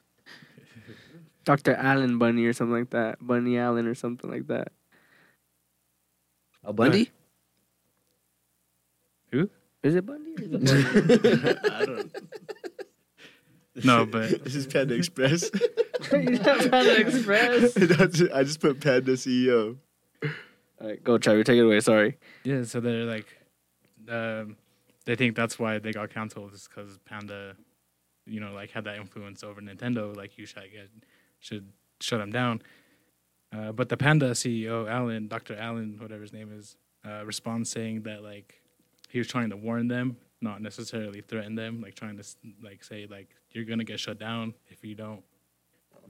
Speaker 1: Dr. Allen Bunny or something like that. Bunny Allen or something like that.
Speaker 4: A Bundy?
Speaker 1: Is it Bundy? or is it-
Speaker 2: I don't.
Speaker 5: No, but-
Speaker 2: this is Panda Express.
Speaker 1: Is that Panda Express?
Speaker 2: That's it. I just put Panda E CEO.
Speaker 1: All right, go Trevor, take it away. Sorry.
Speaker 5: yeah, so they're like, um, they think that's why they got canceled is because Panda, you know, like had that influence over Nintendo. Like you should get, should shut him down. Uh, but the Panda CEO, Alan, Dr. Allen, whatever his name is, uh, responds saying that like he was trying to warn them, not necessarily threaten them, like trying to s- like say like you're gonna get shut down if you don't,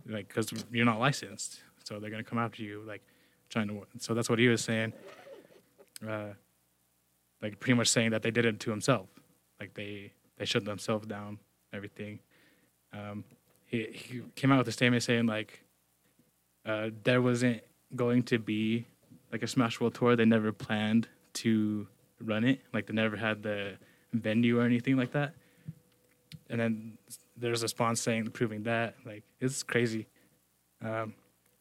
Speaker 5: like because you're not licensed, so they're gonna come after you, like trying to. wa- So that's what he was saying, uh, like pretty much saying that they did it to himself, like they they shut themselves down, everything. Um, he he came out with a statement saying like uh, there wasn't going to be like a Smash World tour. They never planned to run it. Like they never had the venue or anything like that. And then there's a response saying proving that like it's crazy. Um,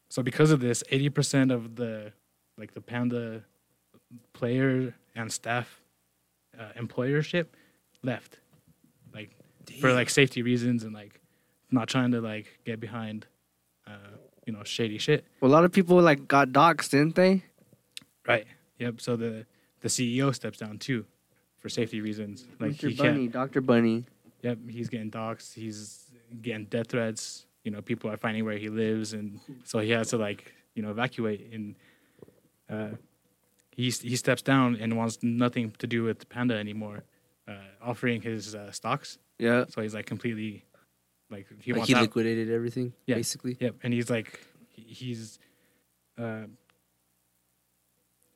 Speaker 5: so because of this, eighty percent of the like the Panda player and staff uh, employership left, like for like safety reasons and like not trying to like get behind, uh, you know, shady shit.
Speaker 1: Well, a lot of people like got doxxed, didn't they?
Speaker 5: Right. Yep. So the the CEO steps down too, for safety reasons. Like
Speaker 1: Mr.
Speaker 5: he
Speaker 1: Bunny,
Speaker 5: can't.
Speaker 1: Dr. Bunny.
Speaker 5: Yep. He's getting doxxed. He's getting death threats. You know, people are finding where he lives, and so he has to like you know evacuate. And uh, he s- he steps down and wants nothing to do with Panda anymore, uh, offering his uh, stocks.
Speaker 1: Yeah.
Speaker 5: So he's like completely, like he
Speaker 8: like
Speaker 5: wants
Speaker 8: he
Speaker 5: out.
Speaker 8: liquidated everything,
Speaker 5: Yeah.
Speaker 8: basically.
Speaker 5: Yep, and he's like, he- he's, uh,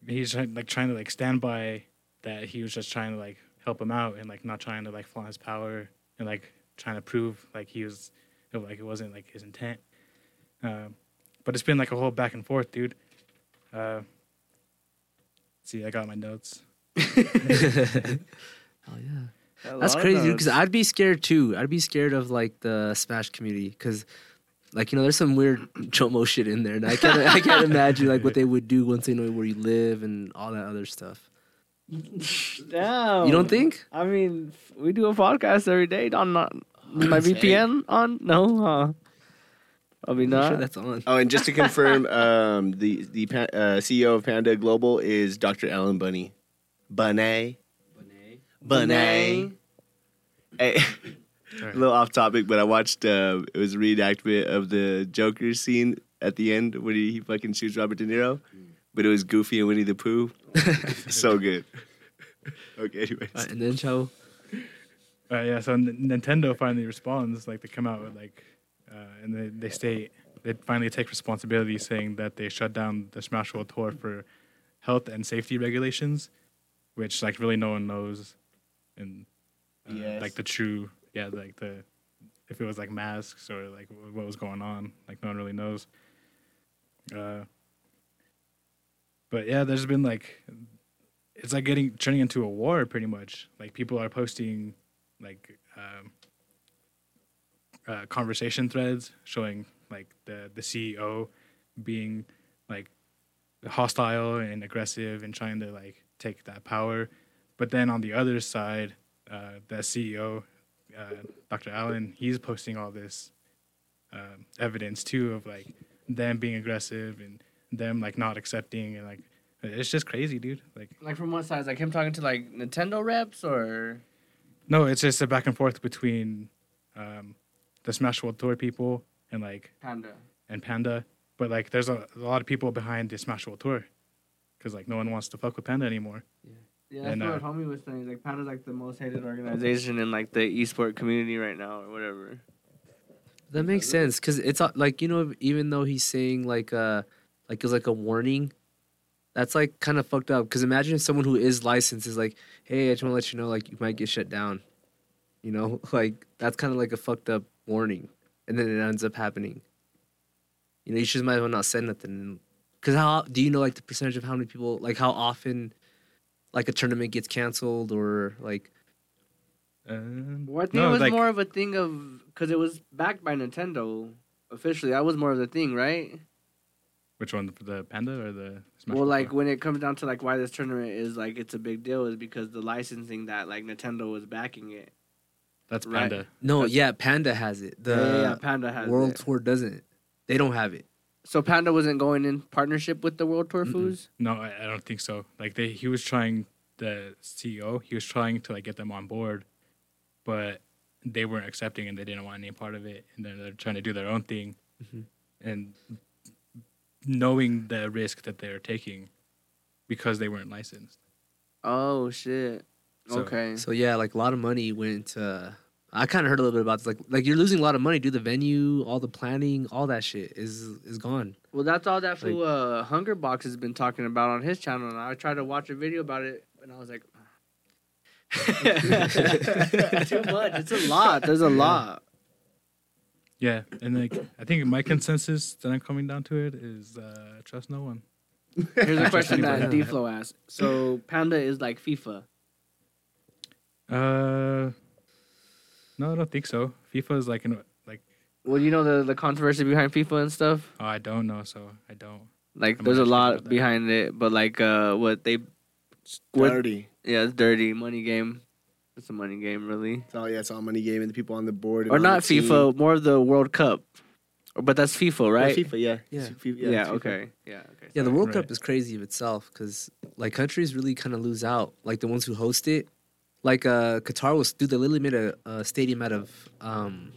Speaker 5: he's try- like trying to like stand by that he was just trying to like help him out and like not trying to like flaunt his power and like trying to prove like he was, it- like it wasn't like his intent. Um, but it's been like a whole back and forth, dude. Uh, see, I got my notes.
Speaker 8: Oh yeah. That's crazy because I'd be scared too. I'd be scared of like the Smash community because, like you know, there's some weird chomo shit in there, and I can't I can't imagine like what they would do once they know where you live and all that other stuff.
Speaker 1: Damn. Oh.
Speaker 8: You don't think?
Speaker 1: I mean, f- we do a podcast every day on not, my VPN on. No, huh? Probably
Speaker 8: I'm
Speaker 1: not.
Speaker 8: sure that's on.
Speaker 2: Oh, and just to confirm, um, the the pa- uh, CEO of Panda Global is Dr. Alan Bunny. Bunny. Bunny. Hey, a little off topic, but I watched uh, it was a reenactment of the Joker scene at the end when he, he fucking shoots Robert De Niro, but it was Goofy and Winnie the Pooh. so good. okay, anyways.
Speaker 8: All right, and then Chao.
Speaker 5: Uh, yeah, so N- Nintendo finally responds. Like they come out with like, uh, and they they state they finally take responsibility, saying that they shut down the Smash World Tour for health and safety regulations, which like really no one knows, and uh,
Speaker 2: Yes.
Speaker 5: like the true yeah like the if it was like masks or like wh- what was going on like no one really knows. Uh, but yeah, there's been like it's like getting turning into a war pretty much. Like people are posting like um, uh, conversation threads showing like the the CEO being like hostile and aggressive and trying to like take that power. But then on the other side, uh, the CEO, uh, Dr. Allen, he's posting all this um, evidence too of like them being aggressive and them like not accepting and like it's just crazy, dude. Like
Speaker 1: like from what side? Like him talking to like Nintendo reps or?
Speaker 5: No, it's just a back and forth between um, the Smash World Tour people and like
Speaker 1: Panda.
Speaker 5: and Panda, but like there's a, a lot of people behind the Smash World Tour because like no one wants to fuck with Panda anymore.
Speaker 1: Yeah,
Speaker 5: that's And, what uh,
Speaker 1: homie was saying. Like Panda's like the most hated organization in like the esport community right now or whatever.
Speaker 8: That makes sense because it's uh, like you know even though he's saying like uh like it's like a warning, that's like kind of fucked up. Because imagine if someone who is licensed is like, hey, I just want to let you know like you might get shut down, you know, like that's kind of like a fucked up warning, and then it ends up happening. You know, you just might as well not send nothing. Because how do you know like the percentage of how many people like how often like a tournament gets canceled or like
Speaker 5: And
Speaker 1: Well, I think
Speaker 5: No,
Speaker 1: it was
Speaker 5: like-
Speaker 1: more of a thing of because it was backed by Nintendo officially. That was more of the thing, right?
Speaker 5: which one, the Panda or the Smash?
Speaker 1: well,
Speaker 5: Bros.
Speaker 1: like when it comes down to like why this tournament is like it's a big deal is because the licensing that like Nintendo was backing it.
Speaker 5: that's
Speaker 1: right.
Speaker 5: Panda.
Speaker 4: No, yeah, Panda has it. The
Speaker 1: Yeah, yeah, yeah, Panda has
Speaker 4: Uh, World
Speaker 1: it. Mm-hmm.
Speaker 4: Tour doesn't. They don't have it.
Speaker 1: So Panda wasn't going in partnership with the World Tour
Speaker 4: Mm-mm.
Speaker 1: Foods.
Speaker 5: No, I, I don't think so. Like they, he was trying the CEO. He was trying to like get them on board, but they weren't accepting and they didn't want any part of it. And then they're trying to do their own thing,
Speaker 4: Mhm.
Speaker 5: and knowing the risk that they're taking because they weren't licensed.
Speaker 1: Oh shit.
Speaker 5: So-
Speaker 1: okay.
Speaker 4: So yeah, like a lot of money went to. I kind of heard a little bit about this. Like, like you're losing a lot of money. Do the venue, all the planning, all that shit is is gone.
Speaker 1: Well, that's all that fool uh, Hunger Box has been talking about on his channel, and I tried to watch a video about it, and I was like, "Ah." too much. It's a lot. There's a lot.
Speaker 5: Yeah, and like I think my consensus that I'm coming down to it is uh, trust no one.
Speaker 1: Here's a question that
Speaker 4: anybody.
Speaker 1: Deflo asked. So Panda is like FIFA.
Speaker 5: Uh, no, I don't think so. FIFA is like an like
Speaker 1: Well, you know the the controversy behind FIFA and stuff.
Speaker 5: oh, I don't know, so I don't.
Speaker 1: Like,
Speaker 5: I'm
Speaker 1: there's a
Speaker 5: not sure
Speaker 1: lot
Speaker 5: about that.
Speaker 1: behind it, but like, uh, what they, what,
Speaker 2: Dirty.
Speaker 1: yeah, it's dirty money game. It's a money game, really,
Speaker 2: It's all yeah, it's all money game and the people on the board. and
Speaker 1: or
Speaker 2: on the
Speaker 1: not
Speaker 2: team.
Speaker 1: FIFA, more of the World Cup, but that's FIFA,
Speaker 2: Yeah,
Speaker 1: right?
Speaker 2: FIFA, yeah.
Speaker 4: Yeah.
Speaker 2: It's FIFA,
Speaker 1: Yeah.
Speaker 2: it's FIFA.
Speaker 1: okay. Yeah. Okay.
Speaker 4: Yeah, the World
Speaker 5: Right.
Speaker 4: Cup is crazy of itself because like countries really kind of lose out. Like the ones who host it, like uh, Qatar was dude. They literally made a, a stadium out of um,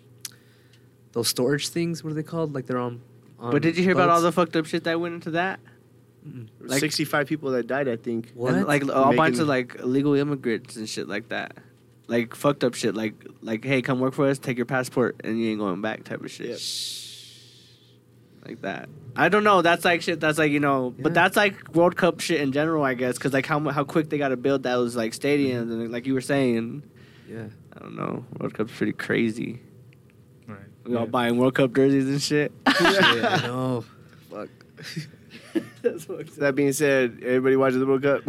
Speaker 4: those storage things. What are they called? Like they're on. on
Speaker 1: But did you hear about all
Speaker 4: boats.
Speaker 1: the fucked up shit that went into that? Like-
Speaker 2: 65 people that died, I think.
Speaker 4: What?
Speaker 1: And, like a bunch
Speaker 2: Making-
Speaker 1: of like illegal immigrants and shit like that. Like fucked up shit. Like like hey, come work for us, take your passport, and you ain't going back type of shit.
Speaker 2: Yep.
Speaker 1: Like that. I don't know. That's like shit. That's like you know. But
Speaker 4: Yeah.
Speaker 1: that's like World Cup shit in general, I guess. Because like how mu- how quick they got to build those like stadiums and like you were saying.
Speaker 4: yeah.
Speaker 1: I don't know. World Cup's pretty crazy.
Speaker 5: Right.
Speaker 1: We all buying World Cup jerseys and shit.
Speaker 4: Shit, I know. Fuck.
Speaker 2: So that being said, everybody watches the World Cup.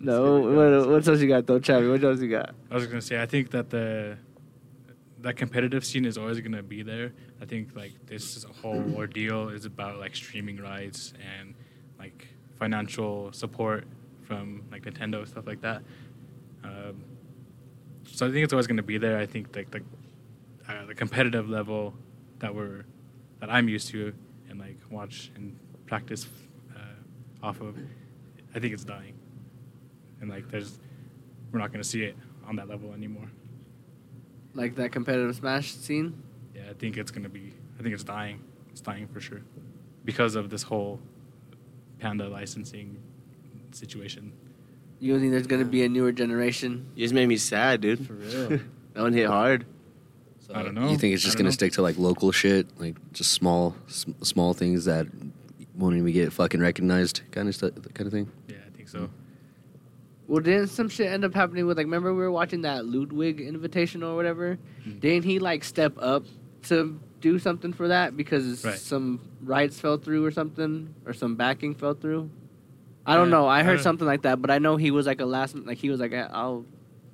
Speaker 1: no. What, what else you got though, Travis? What else you got?
Speaker 5: I was gonna say I think that the that competitive scene is always gonna be there. I think like this is a whole ordeal is about like streaming rights and like financial support from like Nintendo stuff like that. Um, so I think it's always gonna be there. I think like the uh, the competitive level that we're that I'm used to and like watch and practice uh, off of, I think it's dying. And like there's we're not going to see it on that level anymore.
Speaker 1: Like that competitive Smash scene.
Speaker 5: Yeah, I think it's going to be, I think it's dying. It's dying for sure because of this whole Panda licensing situation.
Speaker 1: You don't think there's gonna be a newer generation?
Speaker 2: You just made me sad, dude.
Speaker 4: For real.
Speaker 2: That one hit hard.
Speaker 9: So
Speaker 5: I don't know.
Speaker 9: You think it's
Speaker 5: I
Speaker 9: just
Speaker 5: don't
Speaker 9: gonna
Speaker 5: know.
Speaker 9: stick to like local shit, like just small, sm- small things that won't even get fucking recognized, kind of stuff, kind of thing.
Speaker 5: Yeah, I think so.
Speaker 1: Well, didn't some shit end up happening with like? Remember we were watching that Ludwig Invitational or whatever.
Speaker 5: Mm-hmm.
Speaker 1: Didn't he like step up to do something for that because
Speaker 5: Right.
Speaker 1: some rights fell through or something or some backing fell through? I don't
Speaker 5: Yeah,
Speaker 1: know. I
Speaker 5: I
Speaker 1: heard
Speaker 5: don't-
Speaker 1: something like that, but I know he was like a last like he was like "Eh, I'll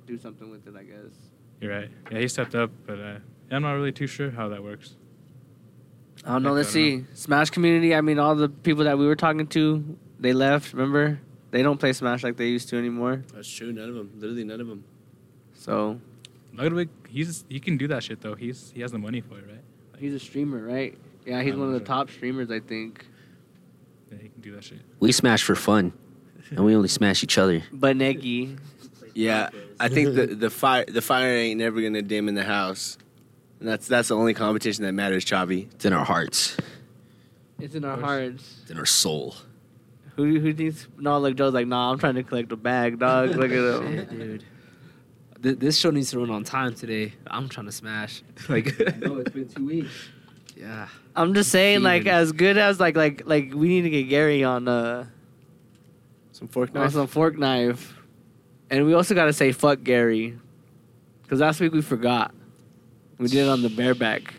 Speaker 1: do something with it. I guess.
Speaker 5: You're right. Yeah, he stepped up, but uh, I'm not really too sure how that works.
Speaker 1: I don't know.
Speaker 5: Heck,
Speaker 1: Let's
Speaker 5: I
Speaker 1: see.
Speaker 5: don't
Speaker 1: Smash community. I mean, all the people that we were talking to, they left. Remember, they don't play Smash like they used to anymore.
Speaker 2: That's true. None of them. Literally none of them.
Speaker 1: So
Speaker 5: Ludwig, he's he can do that shit though. He's he has the money for it, right?
Speaker 1: he's a streamer, right? Yeah, he's
Speaker 5: I'm
Speaker 1: one of the
Speaker 5: sure.
Speaker 1: top streamers, I think.
Speaker 5: Yeah, he can do that shit.
Speaker 9: We smash for fun, and we only smash each other.
Speaker 1: Banegi.
Speaker 2: Yeah, I think the the fire the fire ain't never gonna dim in the house. And that's that's the only competition that matters, Chavi.
Speaker 9: It's in our hearts.
Speaker 1: It's in our
Speaker 5: Nice.
Speaker 1: hearts.
Speaker 9: It's in our soul.
Speaker 1: Who who thinks? No, like Joe's like, nah, I'm trying to collect a bag, dog. Look at
Speaker 4: Shit,
Speaker 1: him.
Speaker 4: dude. Th- this show needs to run on time today. I'm trying to smash. Like,
Speaker 1: No, it's been two weeks.
Speaker 4: yeah.
Speaker 1: I'm just saying, like,
Speaker 4: Steven.
Speaker 1: as good as like like like we need to get Gary on uh
Speaker 2: Some fork
Speaker 1: on
Speaker 2: knife.
Speaker 1: some fork knife, and we also gotta say fuck Gary, because last week we forgot. We did it on the bareback.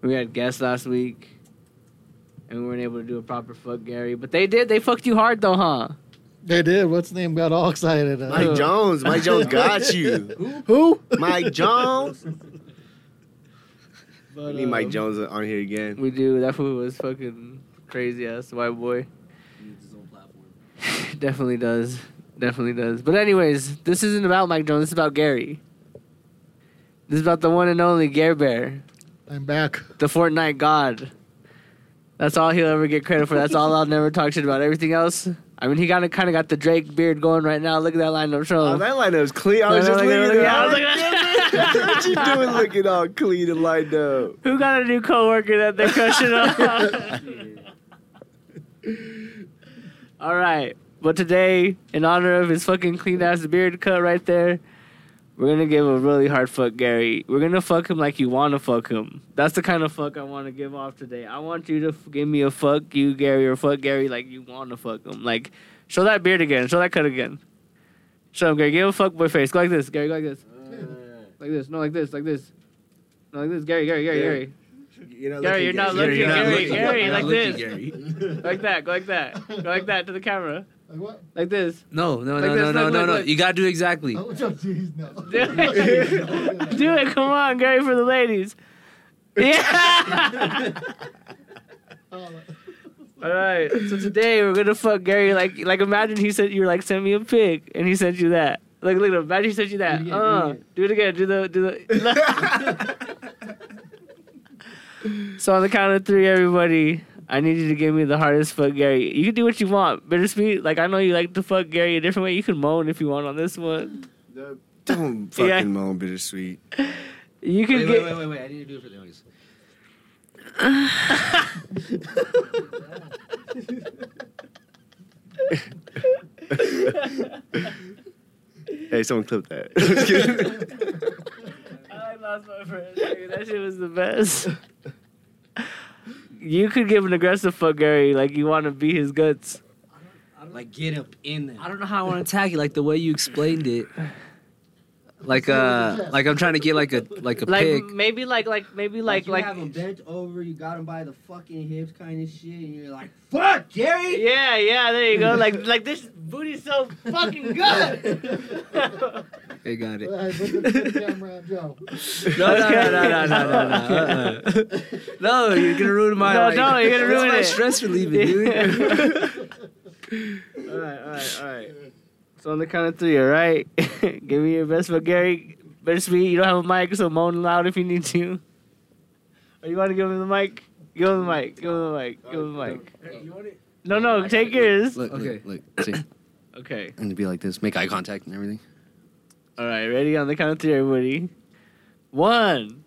Speaker 1: We had guests last week, and we weren't able to do a proper fuck Gary. But they did. They fucked you hard though, huh?
Speaker 6: They did. What's the name? Got all excited. Uh,
Speaker 2: Mike Jones. Mike Jones got you.
Speaker 6: Who?
Speaker 2: Mike Jones.
Speaker 6: But,
Speaker 2: We need Mike
Speaker 6: um,
Speaker 2: Jones on here again.
Speaker 1: We do. That food was fucking crazy ass white boy. Definitely does. Definitely does. But anyways, this isn't about Mike Jones. This is about Gary. This is about the one and only Gare Bear,
Speaker 6: I'm back.
Speaker 1: the Fortnite God. That's all he'll ever get credit for. That's all I'll never talk shit about. Everything else, I mean, he got kind of got the Drake beard going right now. Look at that lineup show.
Speaker 2: Oh, that lineup was clean. I was
Speaker 1: Look,
Speaker 2: just
Speaker 1: look,
Speaker 2: looking
Speaker 1: look, look,
Speaker 2: at it. I was
Speaker 1: look,
Speaker 2: like, what you doing looking all clean and lined up?
Speaker 1: Who got a new coworker that they're crushing on? All right, but today, in honor of his fucking clean ass beard cut right there, we're gonna give a really hard fuck Gary. We're gonna fuck him like you wanna fuck him. That's the kind of fuck I wanna give off today. I want you to f- give me a fuck you Gary or fuck Gary like you wanna fuck him. Like, show that beard again. Show that cut again. Show him Gary. Give him a fuck boy face. Go like this, Gary. Go like this. Like this. No, like this. Like this. No, like this. Gary. Gary. Gary.
Speaker 2: Yeah.
Speaker 1: Gary.
Speaker 2: You're not
Speaker 1: Gary, you're not looking.
Speaker 4: You're not
Speaker 1: Gary,
Speaker 4: looking.
Speaker 1: Gary,
Speaker 4: You're
Speaker 1: like
Speaker 4: not
Speaker 1: this.
Speaker 4: looking, Gary.
Speaker 1: Like that, go like that. Go like that to the camera.
Speaker 6: Like what?
Speaker 1: Like this.
Speaker 8: No, no,
Speaker 1: Like
Speaker 8: no,
Speaker 1: this,
Speaker 8: no, no,
Speaker 1: look,
Speaker 8: no,
Speaker 1: look,
Speaker 8: no.
Speaker 1: look.
Speaker 8: You gotta do exactly.
Speaker 6: Oh, jeez, no.
Speaker 1: Do it. Do it. Come on, Gary, for the ladies. Yeah. All right. So today we're gonna fuck Gary. Like, like imagine he said you were like, send me a pic, and he sent you that. Like, look at him. Imagine he sent you that.
Speaker 6: Do it again, do
Speaker 1: uh,
Speaker 6: it
Speaker 1: do it again. Do the, do the. so on the count of three, everybody, I need you to give me the hardest fuck Gary. You can do what you want. Bittersweet. Like I know you like to fuck Gary a different way. You can moan if you want on this one.
Speaker 2: Don't fucking
Speaker 1: Yeah.
Speaker 2: moan, bittersweet.
Speaker 1: You can
Speaker 4: Wait,
Speaker 1: get.
Speaker 4: wait, wait, wait, wait. I need to do it for the audience.
Speaker 2: Hey, someone clip that. Just kidding.
Speaker 1: I like lost my friend. dude. That shit was the best. You could give an aggressive fuck Gary, like you want to be his guts.
Speaker 4: Like, get up in there.
Speaker 8: I don't know how I want to attack it. Like the way you explained it. Like uh, like I'm trying to get like a like a
Speaker 1: Like
Speaker 8: pig.
Speaker 1: maybe like like maybe like
Speaker 10: you
Speaker 1: like,
Speaker 10: have him bent over, you got him by the fucking hips, kind of shit, and you're like, "Fuck, Gary!"
Speaker 1: yeah yeah there you go like like this booty's so fucking good.
Speaker 8: I got it.
Speaker 6: All right, put the- put the camera on Joe.
Speaker 8: No, no, no, no, no, no, no, no. Uh-uh. No, you're gonna ruin my.
Speaker 1: No,
Speaker 8: like,
Speaker 1: no, you're gonna
Speaker 8: that's
Speaker 1: ruin
Speaker 8: my
Speaker 1: it.
Speaker 8: stress relieving, dude.
Speaker 1: all right all right all right. So on the count of three, all right, give me your best fuck Gary. Better speak. You don't have a mic, so moan loud if you need to. Or you want to give him the mic? Give him the mic. Give him the mic. Give him the mic. No, no, take yours.
Speaker 4: Look,
Speaker 8: Okay.
Speaker 4: okay. look, look. See,
Speaker 1: Okay.
Speaker 4: and be like this, make eye contact and everything.
Speaker 1: All right, ready on the count of three, everybody. One,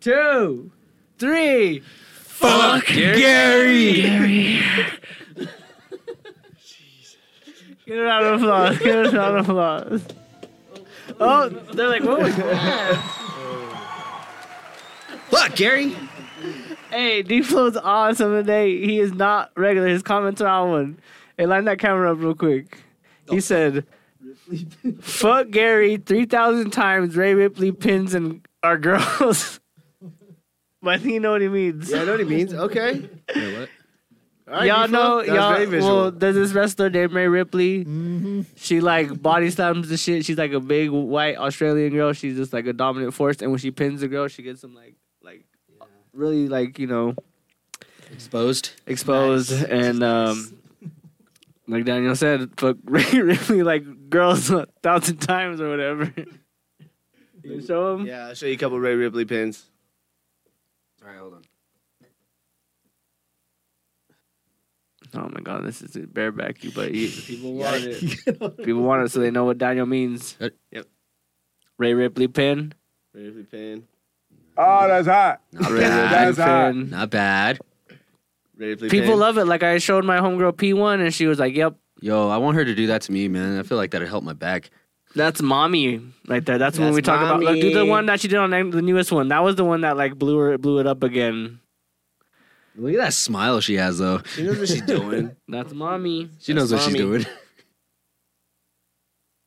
Speaker 1: two, three.
Speaker 4: Fuck Gary!
Speaker 1: Get it out of applause. Get it out of applause. Oh, they're like, what was that?
Speaker 4: Fuck Gary!
Speaker 1: Hey, D Flow's awesome today. He is not regular. His comments are on one. Hey, line that camera up real quick.
Speaker 2: Oh.
Speaker 1: He said, "Fuck Gary three thousand times. Ray Ripley pins and our girls." but I think you know what he means.
Speaker 2: yeah, I know what he means. Okay.
Speaker 4: Wait, what?
Speaker 2: All right,
Speaker 1: y'all
Speaker 2: you fuck.
Speaker 1: know,
Speaker 2: That was very
Speaker 1: y'all.
Speaker 2: visual.
Speaker 1: Well, there's this wrestler named Ray Ripley.
Speaker 6: Mm-hmm.
Speaker 1: She like body slams the shit. She's like a big white Australian girl. She's just like a dominant force. And when she pins the girl, she gets them like like really like you know
Speaker 4: Exposed.
Speaker 1: exposed and um like Daniel said, fuck Ray Ripley like girls a thousand times or whatever. you show him.
Speaker 2: yeah, I'll show you a couple Ray Ripley pins.
Speaker 4: Alright, hold on.
Speaker 1: Oh my god, this is bareback you, but you, people want it. people want it, so they know what Daniel means.
Speaker 4: Yep.
Speaker 1: Ray Ripley pin.
Speaker 2: Ray Ripley pin.
Speaker 11: Oh, that's hot.
Speaker 4: Not
Speaker 1: Ray Ripley
Speaker 4: bad.
Speaker 11: That's hot.
Speaker 1: pin.
Speaker 4: Not bad.
Speaker 2: Ray Ripley
Speaker 1: People
Speaker 2: pin.
Speaker 1: love it. Like I showed my homegirl P1, and she was like, "Yep,
Speaker 4: Yo, I want her to do that to me, man. I feel like that'll help my back.
Speaker 1: that's mommy right there. That's, when
Speaker 2: That's
Speaker 1: we talk about. Look, do the
Speaker 2: mommy.
Speaker 1: one that she did on the newest one. That was the one that like blew her, blew it up again.
Speaker 4: Look at that smile she has, though.
Speaker 2: She knows what she's doing.
Speaker 1: That's mommy.
Speaker 4: She knows what she's
Speaker 2: mommy.
Speaker 4: doing.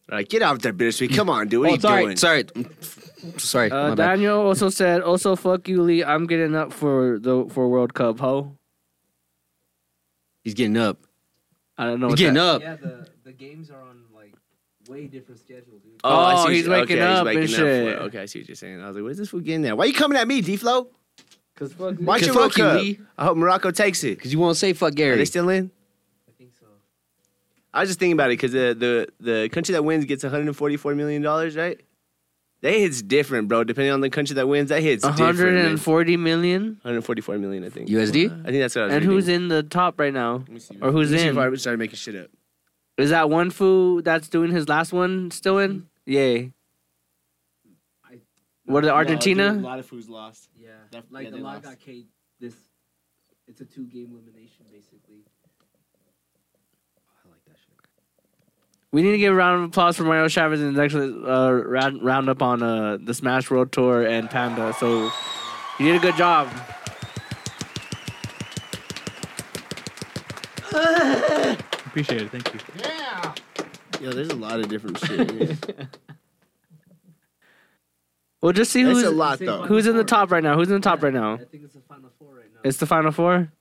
Speaker 2: All right, get out there, bittersweet. Come on, dude. What are you
Speaker 4: Oh, sorry,
Speaker 2: doing?
Speaker 4: sorry, sorry.
Speaker 1: Uh,
Speaker 4: my bad.
Speaker 1: Daniel also said, "Also fuck you, Lee. I'm getting up for the for World Cup, ho."
Speaker 4: He's getting up.
Speaker 1: I don't know.
Speaker 4: You're
Speaker 1: What
Speaker 4: getting
Speaker 1: that-
Speaker 4: up.
Speaker 8: Yeah, the, the games are on like way different schedule, dude.
Speaker 1: Oh,
Speaker 2: I see what
Speaker 1: he's
Speaker 2: you-
Speaker 1: waking up
Speaker 2: he's
Speaker 1: and
Speaker 2: waking for
Speaker 1: shit.
Speaker 2: it. Okay, I see what you're saying. I was like, "Where's this fool getting at? Why you coming at me, D-Flow?
Speaker 1: Cause fuck
Speaker 2: Why don't you
Speaker 4: fuck
Speaker 2: rock
Speaker 4: you,
Speaker 2: up?
Speaker 4: Lee.
Speaker 2: I hope Morocco takes it.
Speaker 4: Because you won't say fuck
Speaker 2: Are
Speaker 4: Gary.
Speaker 2: they still in?
Speaker 8: I think so.
Speaker 2: I was just thinking about it because the, the the country that wins gets 144 million dollars, right? That hits different, bro. Depending on the country that wins, that hits different. man.
Speaker 1: 140 million.
Speaker 2: 144 million, I think.
Speaker 4: USD?
Speaker 2: I think that's what I was
Speaker 1: And who's in the top right now? or who's in?
Speaker 2: I started making shit up.
Speaker 1: Is that one fool that's doing his last one still in? Yay.
Speaker 8: I-
Speaker 1: What are the
Speaker 2: No, dude,
Speaker 1: Argentina?
Speaker 2: a lot of foods lost.
Speaker 8: Yeah,
Speaker 2: That-
Speaker 8: like
Speaker 2: yeah,
Speaker 8: the
Speaker 2: they
Speaker 8: lot
Speaker 2: lost.
Speaker 8: got K. This, it's a two-game elimination basically. I like that shit.
Speaker 1: We need to give a round of applause for Mario Chavez and his excellent uh, round roundup on uh, the Smash World Tour and Panda. So you did a good job.
Speaker 5: Appreciate it. Thank you.
Speaker 2: Yo, there's a lot of different shit. in here.
Speaker 1: We'll just see
Speaker 2: That's
Speaker 1: who's
Speaker 2: a lot, though.
Speaker 1: who's in the top right now. Who's in the top right now?
Speaker 8: I think it's the final four right now.
Speaker 1: It's the final four.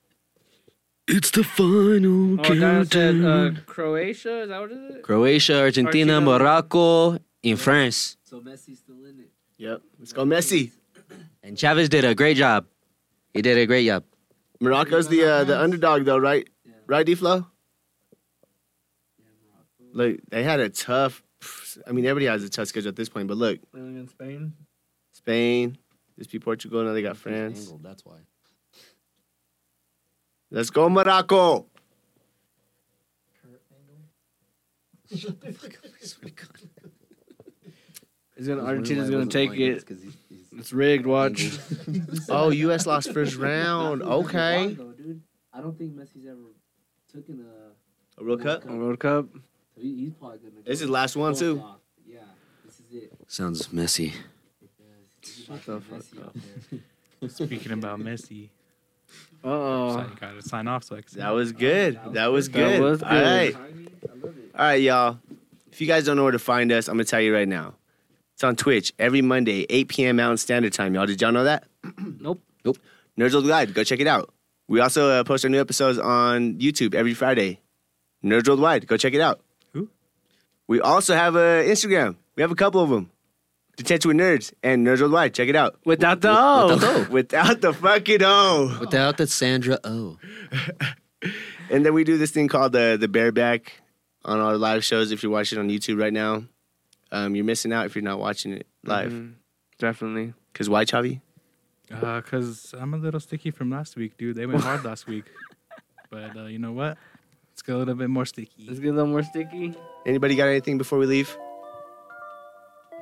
Speaker 4: It's the
Speaker 1: Oh,
Speaker 4: final
Speaker 1: Croatia. Is that what it is?
Speaker 4: Croatia, Argentina,
Speaker 1: uh, Argentina.
Speaker 4: Morocco, and France.
Speaker 8: so Messi's still in it.
Speaker 2: Yep. Let's go, Messi.
Speaker 4: And Chavez did a great job. He did a great job.
Speaker 2: Morocco's the uh, the underdog, though, right?
Speaker 8: Yeah.
Speaker 2: Right, D-Flow? Look, they had a tough. I mean, everybody has a tough schedule at this point, but look,
Speaker 1: in Spain.
Speaker 2: Spain, this be Portugal, now they got France.
Speaker 4: Angled, that's why.
Speaker 2: Let's go, Morocco.
Speaker 1: He's gonna, Argentina's gonna take it.
Speaker 4: Because he's, he's
Speaker 1: It's rigged. Watch.
Speaker 2: Oh, U.S. lost first round. Okay.
Speaker 8: Though, dude. I don't think Messi's ever taken a.
Speaker 2: A World Cup?
Speaker 1: World Cup.
Speaker 8: So he, he's probably gonna.
Speaker 2: This
Speaker 8: go
Speaker 2: is last one,
Speaker 8: full
Speaker 2: too.
Speaker 8: off. Yeah, this is it.
Speaker 4: sounds messy.
Speaker 8: Shut the fuck up.
Speaker 5: Speaking about Messi,
Speaker 1: Uh oh.
Speaker 5: so I gotta sign off so I can. see
Speaker 2: That was good. That was
Speaker 1: That
Speaker 2: good.
Speaker 1: was
Speaker 2: All
Speaker 1: good.
Speaker 2: right. All right, y'all. If you guys don't know where to find us, I'm going to tell you right now. It's on Twitch every Monday, 8 p.m. Mountain Standard Time, y'all. Did y'all know that?
Speaker 1: Nope.
Speaker 4: Nope.
Speaker 2: Nerds Old Wide. Go check it out. We also uh, post our new episodes on YouTube every Friday. Nerds Old Wide. Go check it out.
Speaker 5: Who?
Speaker 2: We also have a Instagram. We have a couple of them. Detention with Nerds and Nerds Old Wide. Check it out.
Speaker 1: Without the oh! O.
Speaker 4: Without the O.
Speaker 2: Without the fucking O.
Speaker 4: Without that Sandra O.
Speaker 2: And then we do this thing called the the bareback on our live shows. If you're watching on YouTube right now, um, you're missing out if you're not watching it live.
Speaker 1: Mhm. Definitely.
Speaker 2: Cause why, Chavi?
Speaker 5: Uh, cause I'm a little sticky from last week, dude. They went hard last week, but uh, you know what? Let's get a little bit more
Speaker 1: Let's
Speaker 5: sticky.
Speaker 1: get a little more sticky.
Speaker 2: Anybody got anything before we leave?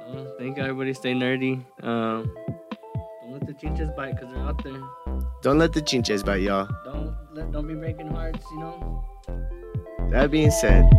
Speaker 1: Uh, thank everybody. Stay nerdy. Um, don't let the chinches bite because they're out there.
Speaker 2: Don't let the chinches bite y'all.
Speaker 1: Don't let, don't be breaking hearts. You know.
Speaker 2: That being said.